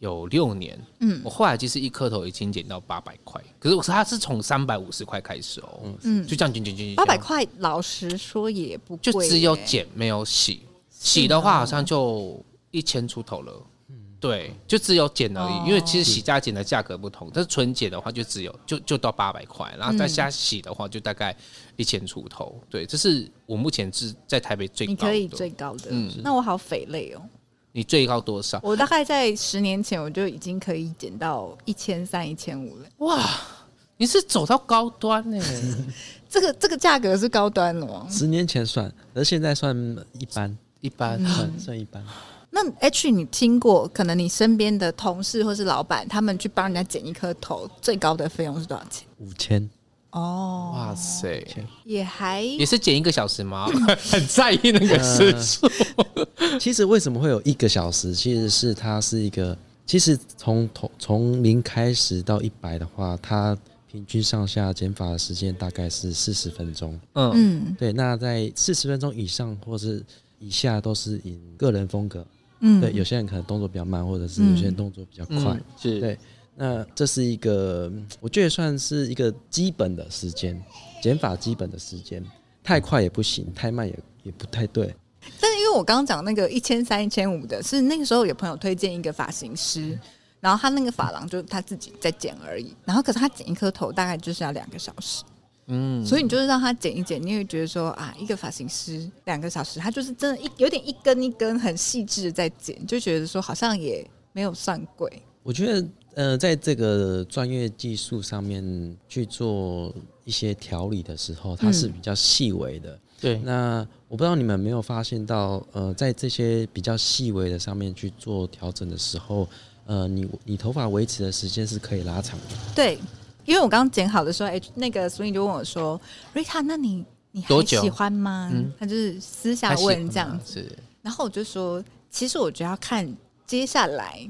B: 有六年，
A: 嗯
B: 我后来其实一颗头已经剪到八百块，可是我说他是从三百五十块开始哦，
A: 嗯
B: 就这样剪剪剪剪，
A: 八百
B: 剪
A: 块，老实说也不贵、啊
B: 就只有
A: 欸。
B: 剪没有洗，洗的话好像就一千出头了。对，就只有剪而
A: 嗯哦
B: 已，因为其实洗加剪的价格不同，但是纯剪的话就只有就就到八百块，然后
A: 嗯
B: 再加洗的话就大概一千出头。对，这是我目前是在台北最高
A: 你
B: 的。
A: 可以最高的，
B: 嗯
A: 那我好肥累哦！
B: 你最高多少？
A: 我大概在十年前我就已经可以减到一千三、一千五了。
B: 哇，你是走到高端欸呢、
A: 这个这个价格是高端了哦。
D: 十年前算，而现在算一般，
B: 一般。
D: 算算一般。
A: 那 H，你听过可能你身边的同事或是老板，他们去帮人家剪一颗头，最高的费用是多少钱？
D: 五千，
A: 哦，
B: 哇塞，
A: 也还
B: 也是剪一个小时吗？ 很在意那个时数。
D: 其实为什么会有一个小时？其实是它是一个，其实从头从零开始到一百的话，它平均上下减法的时间大概是四十分钟。
B: 嗯，
A: 嗯
D: 对，那在四十分钟以上或是以下都是以个人风格。
A: 嗯，
D: 对，有些人可能动作比较慢，或者是有些人动作比较快。
B: 嗯是
D: 对那这是一个，嗯我觉得算是一个基本的时间，减法基本的时间。太快也不行，太慢也也不太对。
A: 但是因为我刚刚讲那个一千三、一千五的，是那个时候有朋友推荐一个发型师，然后他那个发廊就他自己在剪而已，然后可是他剪一颗头大概就是要两个小时，
B: 嗯，
A: 所以你就是让他剪一剪，你会觉得说啊，一个发型师两个小时，他就是真的一有点一根一根很细致的在剪，就觉得说好像也没有算贵，
D: 我觉得，呃，在这个专业技术上面去做一些调理的时候，它是比较细微的。
B: 对，
D: 那我不知道你们有没有发现到，呃，在这些比较细微的上面去做调整的时候，呃，你你头发维持的时间是可以拉长的。
A: 对，因为我刚刚剪好的时候，哎、那个所以就问我说，Rita，那你你还
B: 多久
A: 喜欢吗？
B: 嗯
A: 他就是私下
B: 还喜欢
A: 问这样子。
B: 是
A: 然后我就说，其实我觉得要看接下来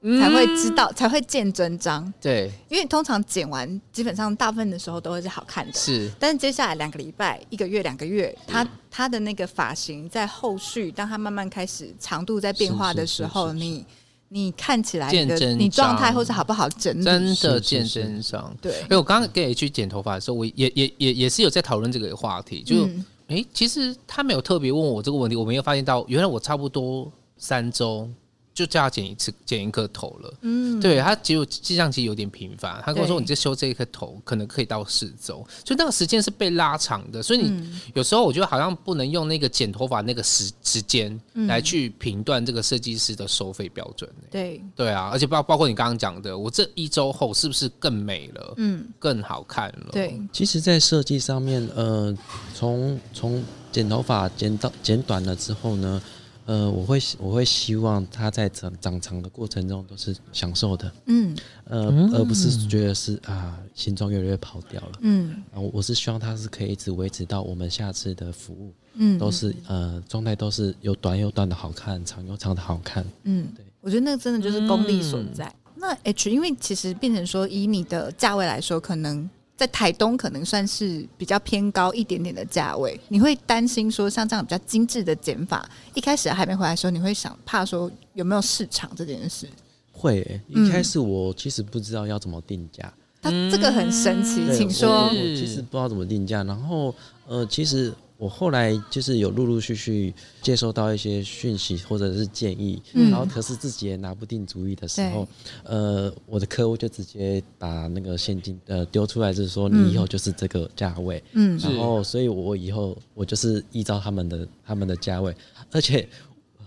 B: 嗯
A: 才会知道，才会见真章。
B: 对，
A: 因为通常剪完，基本上大部分的时候都会是好看的。
B: 是嗯
A: 但是接下来两个礼拜、一个月、两个月，它它的那个发型在后续，当它慢慢开始长度在变化的时候，
D: 是是是是
A: 你你看起来
B: 见
A: 你的
B: 真
A: 你状
B: 章
A: 态或是好不好整理，
B: 真的
D: 嗯是
B: 见
D: 是
B: 真章。
A: 对
B: 哎，，我刚刚给 H 剪头发的时候，我也也也也是有在讨论这个话题，就
A: 嗯
B: 哎、诶其实他没有特别问我这个问题，我没有发现到，原来我差不多三周就叫他剪一次剪一颗头了。
A: 嗯，
B: 对他只有这样其实有点频繁，他跟我说
A: 对
B: 你这修这一颗头可能可以到四周，所以那个时间是被拉长的，所以
A: 嗯
B: 你有时候我觉得好像不能用那个剪头发那个时时间
A: 嗯
B: 来去评断这个设计师的收费标准、欸
A: 对，
B: 对啊，而且包包括你刚刚讲的，我这一周后是不是更美了，
A: 嗯，
B: 更好看了？
A: 对，
D: 其实，在设计上面，呃，从从剪头发剪到剪短了之后呢，呃，我会我会希望它在长长长的过程中都是享受的，
A: 嗯
D: 呃，而不是觉得是啊形状越来越跑掉了。
A: 嗯
D: 啊，我我是希望它是可以一直维持到我们下次的服务
A: 嗯，
D: 都是呃状态都是有短有短的好看，长有长的好看。
A: 嗯
D: 对，嗯
A: 我觉得那个真的就是功力所在。那 H，因为其实变成说，以你的价位来说，可能在台东可能算是比较偏高一点点的价位，你会担心说像这样比较精致的剪法，一开始还没回来的时候，你会想怕说有没有市场这件事。
D: 会欸、
A: 嗯
D: 一开始我其实不知道要怎么定价，
A: 它这个很神奇，
D: 嗯对
A: 请
D: 我
A: 说
D: 我。其实不知道怎么定价，然后呃，其实我后来就是有陆陆续续接收到一些讯息或者是建议，
A: 嗯
D: 然后可是自己也拿不定主意的时候，呃，我的客户就直接把那个现金呃丢出来，就是说你以后就是这个价位，
A: 嗯
D: 然后所以我以后我就是依照他们的他们的价位，而且。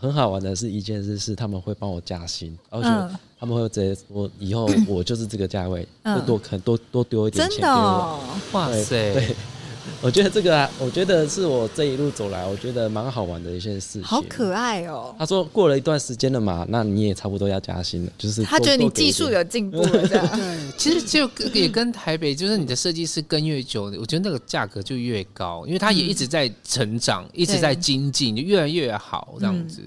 D: 很好玩的是一件事是他们会帮我加薪，而且
A: 嗯
D: 他们会直接说以后我就是这个价位，
A: 嗯
D: 就多可能多多丢一点
A: 真
D: 钱给
A: 的、
D: 我。
A: 哦，
B: 哇塞，
D: 对，我觉得这个、啊，我觉得是我这一路走来，我觉得蛮好玩的一件事情。
A: 好可爱哦。
D: 他说过了一段时间了嘛，那你也差不多要加薪了，就是
A: 他
D: 多
A: 觉得你
D: 多给
A: 技
D: 一
A: 术
D: 点
A: 有进步了，这样。
B: 其实就跟也跟台北，就是你的设计师跟越久，我觉得那个价格就越高，因为它也一直在成长，一直在精进，就越来越好这样子。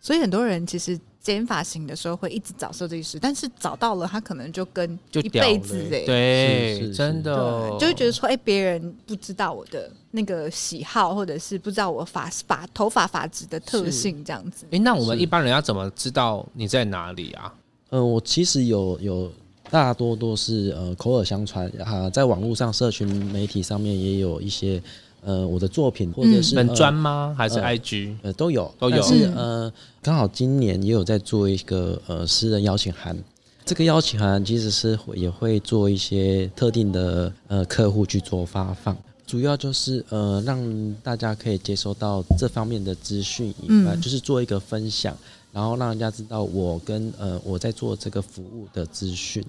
A: 所以很多人其实剪发型的时候会一直找设计师，但是找到了他可能就跟
B: 就
A: 一
B: 屌
A: 辈子
B: 了欸
A: 哎、
D: 是
B: 对，
D: 是
B: 真的
A: 对，就会觉得说，哎、别人不知道我的那个喜好，或者是不知道我发发头发发质的特性，这样子。
B: 哎、那我们一般人要怎么知道你在哪里啊？
D: 呃，我其实有有大多都是呃口耳相传啊、在网络上、社群媒体上面也有一些呃我的作品或者是、
B: 本
D: 呃
B: 专吗？还是
D: 呃
B: IG？、
D: 呃，都有，
B: 都有
D: 但是
A: 嗯
D: 呃，刚好今年也有在做一个呃私人邀请函。这个邀请函其实是会也会做一些特定的呃客户去做发放，主要就是呃让大家可以接收到这方面的资讯以外，
A: 嗯
D: 就是做一个分享，然后让人家知道我跟呃我在做这个服务的资讯。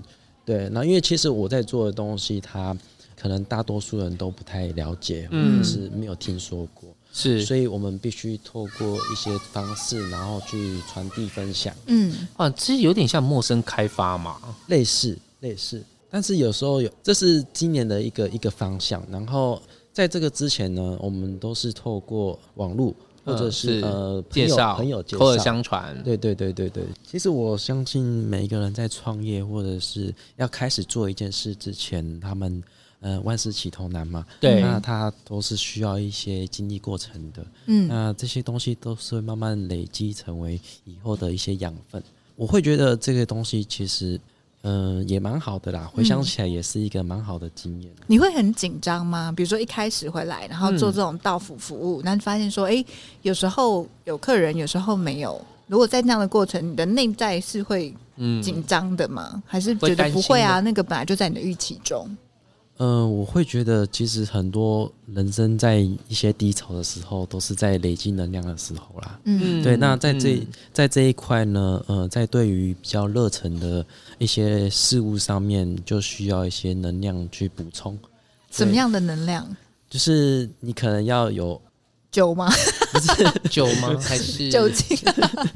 D: 对，那因为其实我在做的东西，它可能大多数人都不太了解，
A: 嗯
D: 或者是没有听说过。
B: 是，
D: 所以我们必须透过一些方式，然后去传递分享，
A: 嗯，
B: 啊，这有点像陌生开发嘛。
D: 类似类似。但是有时候有，这是今年的一个一个方向。然后在这个之前呢，我们都是透过网络或者
B: 嗯
D: 是、呃朋
B: 介
D: 友
B: 绍、
D: 朋友介
B: 口耳
D: 绍。
B: 相传，
D: 对对对对对，其实我相信每一个人在创业或者是要开始做一件事之前，他们呃万事起头难嘛，
B: 对
D: 那他都是需要一些经历过程的，
A: 嗯
D: 那这些东西都是会慢慢累积成为以后的一些养分。我会觉得这个东西其实，嗯、也蛮好的啦，回想起来也是一个蛮好的经验。
A: 你会很紧张吗？比如说一开始回来，然后做这种到府服务，那、你发现说，哎、有时候有客人，有时候没有。如果在那样的过程，你的内在是会
B: 嗯，
A: 紧张的吗？还是觉
B: 会
A: 得
B: 担
A: 不
B: 心
A: 会啊？
B: 吗
A: 那个本来就在你的预期中。
D: 嗯、我会觉得其实很多人生在一些低潮的时候，都是在累积能量的时候啦。
A: 嗯
D: 对，那在这、
B: 嗯
D: 在这一块呢，呃，在对于比较热忱的一些事物上面，就需要一些能量去补充。
A: 什么样的能量？
D: 就是你可能要有，
A: 酒吗？
B: 酒 吗？还 是
A: 酒精？啊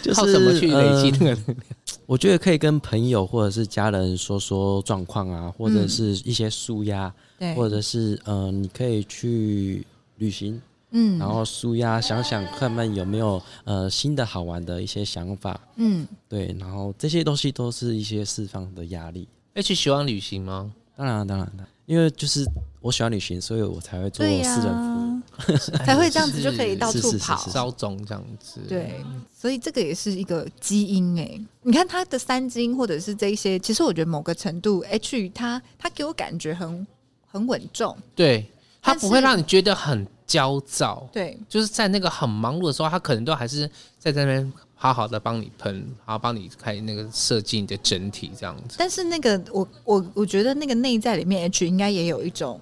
D: 就是
B: 靠什么去累积
D: 呃
B: 那个？
D: 我觉得可以跟朋友或者是家人说说状况啊，或者是一些舒压，
A: 对，
D: 或者是呃，你可以去旅行，
A: 嗯
D: 然后舒压，想想看看有没有呃新的好玩的一些想法，
A: 嗯，
D: 对，然后这些东西都是一些释放的压力。
B: H 喜欢旅行吗？
D: 当然啊，当然啊，因为就是我喜欢旅行，所以我才会做
A: 对呀、
D: 私人服务。
A: 才会这样子就可以到
D: 是
A: 处
D: 是是
A: 跑。
D: 是
B: 稍总这样子。
A: 对，所以这个也是一个基因哎、你看他的三金或者是这一些，其实我觉得某个程度 H 他他给我感觉很很稳重，
B: 对，它
A: 但是
B: 不会让你觉得很焦躁。
A: 对，
B: 就是在那个很忙碌的时候，他可能都还是在那边好好的帮你喷，然后帮你开那个设计你的整体这样子。
A: 但是那个我我我觉得那个内在里面 H 应该也有一种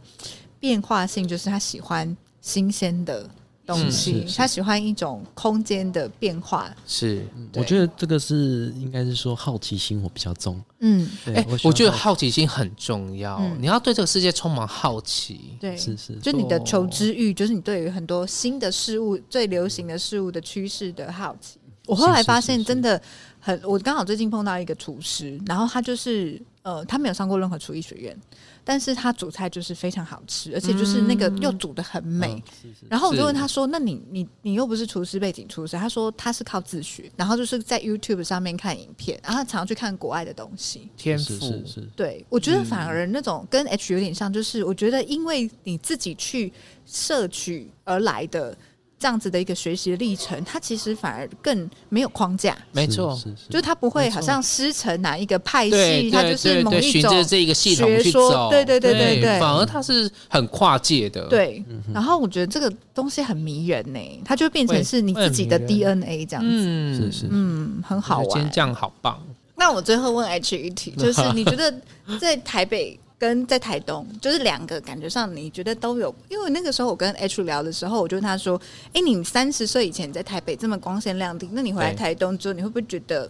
A: 变化性，就是他喜欢新鲜的东西，
D: 是是是
A: 他喜欢一种空间的变化，
B: 是，
A: 对
D: 我觉得这个是应该是说好奇心我比较重，
A: 嗯，
D: 对，
B: 哎、
D: 喜
B: 我
D: 欢
B: 觉得
D: 好
B: 好奇心很重要，
A: 嗯
B: 你要对这个世界充满好奇。
A: 对，
D: 是是
A: 就你的求知欲，就是你对于很多新的事物、最流行的事物的趋势的好奇。我后来发现，真的很，我刚好最近碰到一个厨师，然后他就是呃，他没有上过任何厨艺学院，但是他煮菜就是非常好吃，而且就是那个又煮的很美。
D: 是是
A: 然后我就问
B: 是
A: 他说：“那你你你又不是厨师背景出身？”他说他是靠自学，然后就是在 YouTube 上面看影片，然后他常常去看国外的东西。
B: 天
D: 是
B: 赋
D: 是是，
A: 对，我觉得
B: 嗯
A: 反而那种跟 H 有点像，就是我觉得因为你自己去摄取而来的这样子的一个学习历程，它其实反而更没有框架，
B: 没错，
D: 是是
A: 就是它不会
B: 没错
A: 好像师承哪一个派
B: 对
A: 系，它
B: 对
A: 就是
B: 对
A: 某
B: 对，
A: 一
B: 循
A: 种
B: 着这一个系统
A: 学
B: 去
A: 说
B: 走，
A: 对对对对对
B: 反而它是很跨界的，，
A: 对。然后我觉得这个东西很迷人呢、它就变成是你自己的
B: 会会很迷
A: DNA 这样子。
B: 嗯
D: 是是，
A: 嗯，很好
B: 我觉得今
A: 玩
B: 天。这样好棒。
A: 那我最后问 H 一题，就是你觉得在台北跟在台东，就是两个感觉上，你觉得都有？因为那个时候我跟 H 聊的时候，我就问他说：“哎、你三十岁以前在台北这么光鲜亮丽，那你回来
B: 对
A: 台东之后，你会不会觉得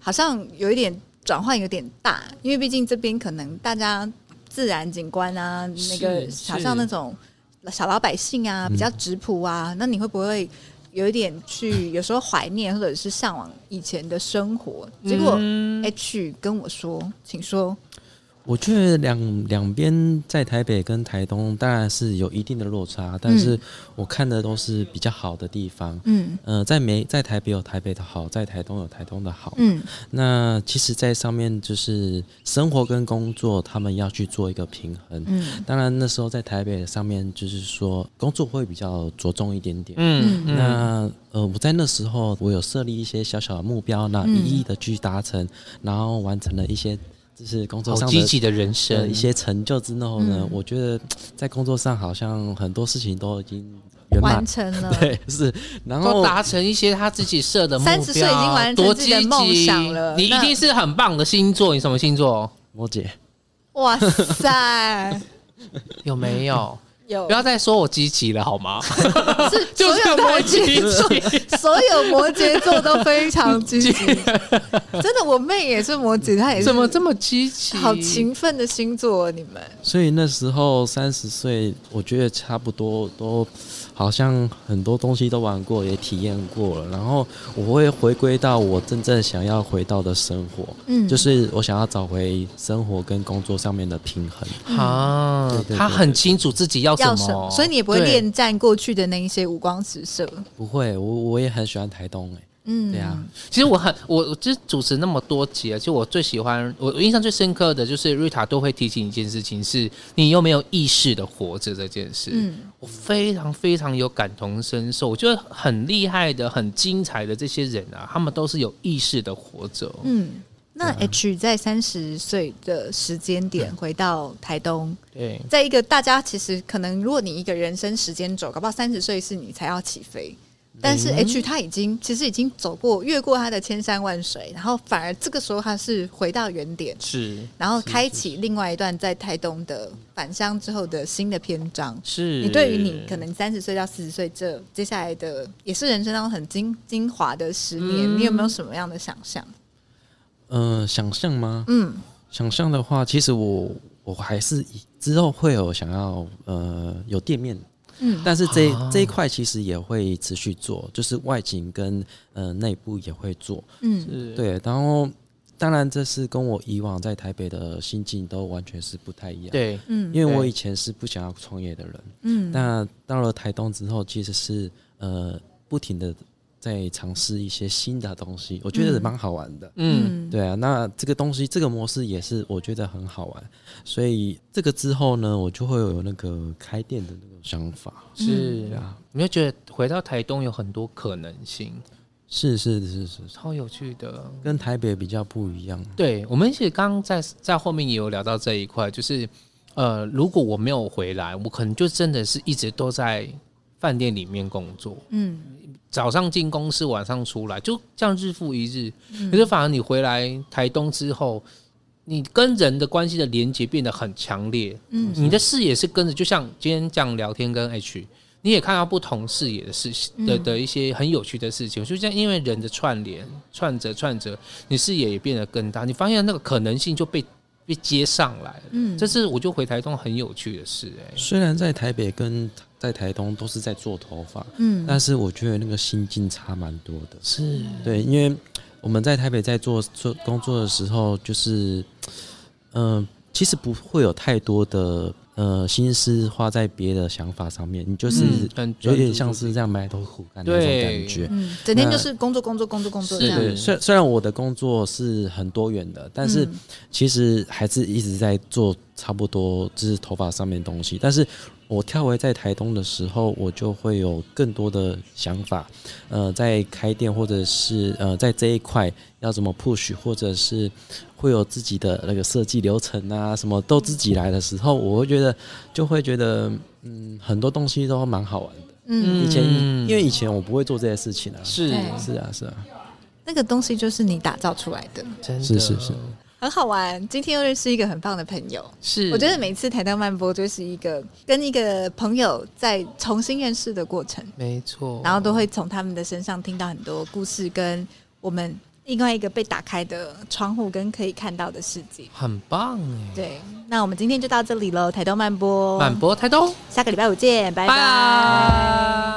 A: 好像有一点转换有点大？因为毕竟这边可能大家自然景观啊，那个
B: 是
A: 好像那种小老百姓啊，比较质朴啊，那你会不会？”有一点去，有时候怀念或者是向往以前的生活。结果 H 跟我说，请说，
D: 我觉得两两边在台北跟台东当然是有一定的落差，但是我看的都是比较好的地方。
A: 嗯
D: 呃，在没在台北有台北的好，在台东有台东的好。
A: 嗯
D: 那其实，在上面就是生活跟工作，他们要去做一个平衡。
A: 嗯
D: 当然，那时候在台北上面，就是说工作会比较着重一点点。
B: 嗯嗯，
D: 那呃，我在那时候我有设立一些小小的目标，
A: 嗯
D: 那一一的去达成，然后完成了一些就是工作
B: 好
D: 上
B: 积
D: 的
B: 极的人
A: 嗯
D: 的
B: 生，
D: 一些成就之后呢，我觉得在工作上好像很多事情都已经圆满
A: 完，成了。
D: 对，是，然
B: 都
D: 后
B: 达成一些他自己设的目标，啊
A: 30岁已经完成
B: 多
A: 自己的
B: 积极
A: 梦想了
B: 你一
A: 那
B: 定是很棒的星座，你什么星座？
D: 摩姐
A: 哇塞，
B: 有没有？
A: 有
B: 不要再说我积极了 好吗？
A: 是
B: 就
A: 所
B: 是
A: 有摩
B: 我积
A: 羯座，
B: 极，
A: 所有摩羯座都非常积极。真的，我妹也是摩羯，她也是
B: 怎么这么积极？
A: 好勤奋的星座哦，你们
D: 所以那时候三十岁，我觉得差不多都好像很多东西都玩过，也体验过了。然后我会回归到我真正想要回到的生活，
A: 嗯
D: 就是我想要找回生活跟工作上面的平衡。
B: 啊
D: 对对！对
B: 他很清楚自己要什
A: 嗯要
B: 么，
A: 什么？所以你也不会
B: 对
A: 恋战过去的那一些五光十色。
D: 不会，我我也很喜欢台东、欸，
A: 嗯，
D: 对啊，
B: 其实我很我我就是主持那么多集啊了，其实我最喜欢我我印象最深刻的就是瑞塔都会提醒一件事情是，你有没有意识的活着这件事。
A: 嗯
B: 我非常非常有感同身受，我觉得很厉害的、很精彩的这些人啊，他们都是有意识的活着。
A: 嗯。那 H 在三十岁的时间点回到台东，
B: 对，
A: 在一个大家其实可能，如果你一个人生时间轴，搞不好三十岁是你才要起飞。但是
B: 嗯
A: H 他已经其实已经走过越过他的千山万水，然后反而这个时候他是回到原点，
B: 是
A: 然后开启另外一段在台东的返乡之后的新的篇章。
B: 是。
A: 你对于你可能三十岁到四十岁这接下来的也是人生当中很精精华的十年，
B: 嗯
A: 你有没有什么样的想象？
D: 嗯、想象吗？
A: 嗯
D: 想象的话，其实我我还是以之后会有想要呃有店面，
A: 嗯
D: 但是这、
B: 啊
D: 这一块其实也会持续做，就是外景跟呃内部也会做，
A: 嗯
B: 是
D: 对，然后当然这是跟我以往在台北的心境都完全是不太一样，，
B: 对
A: 嗯
D: 因为我
B: 对
D: 以前是不想要创业的人，
A: 嗯
D: 那到了台东之后，其实是呃不停的在尝试一些新的东西，我觉得
A: 嗯
D: 蛮好玩的，
B: 嗯，
D: 对啊，那这个东西，这个模式也是我觉得很好玩，所以这个之后呢，我就会有那个开店的那种想法。
A: 嗯
B: 是
D: 对啊，
B: 你会觉得回到台东有很多可能性，
D: 是是是是，
B: 超有趣的。
D: 跟台北比较不一样。
B: 对，我们其实刚刚在在后面也有聊到这一块，就是呃，如果我没有回来，我可能就真的是一直都在饭店里面工作，
A: 嗯
B: 早上进公司，晚上出来，就这样日复一日。
A: 嗯
B: 可是反而你回来台东之后，你跟人的关系的连接变得很强烈，
A: 嗯
B: 你的视野是跟着，就像今天这样聊天跟 H，你也看到不同视野的事情的
A: 嗯
B: 的一些很有趣的事情，就这样，因为人的串联串着串着，你视野也变得更大，你发现那个可能性就被被接上来了。
A: 嗯
B: 这是我就回台东很有趣的事哎、
D: 虽然在台北跟在台东都是在做头发，
A: 嗯
B: 呃
D: 但是我觉得那个心境差蛮多的。
B: 是
D: 对，因为我们在台北在做做工作的时候，就是，嗯、其实不会有太多的呃心思花在别的想法上面，你就
B: 嗯
D: 是
B: 很
D: 有
B: 专
D: 点
B: 注
D: 像是这样埋头苦干的那种
B: 对
D: 感觉。
A: 嗯，整天
D: 那
A: 就是工作工作工作工作
B: 是
A: 这样。
D: 对，虽虽然我的工作是很多元的，但是
A: 嗯
D: 其实还是一直在做差不多就是头发上面的东西。但是我跳回在台东的时候，我就会有更多的想法，呃，在开店或者是呃在这一块要怎么 push，或者是会有自己的那个设计流程啊，什么都自己来的时候，我会觉得就会觉得嗯很多东西都蛮好玩的。
A: 嗯，
D: 以前、
B: 嗯
D: 因为以前我不会做这些事情啊，
B: 是
A: 对
D: 是啊是啊，
A: 那个东西就是你打造出来的，
B: 真的
D: 是是是。
A: 很好玩。今天又认识一个很棒的朋友，
B: 是，
A: 我觉得每次台到漫播就是一个跟一个朋友在重新认识的过程，
B: 没错，
A: 然后都会从他们的身上听到很多故事，跟我们另外一个被打开的窗户跟可以看到的世界。
B: 很棒哎，
A: 对，那我哦们今天就到这里喽，台东漫播，
B: 满播台东，
A: 下个礼拜五见，拜
B: 拜。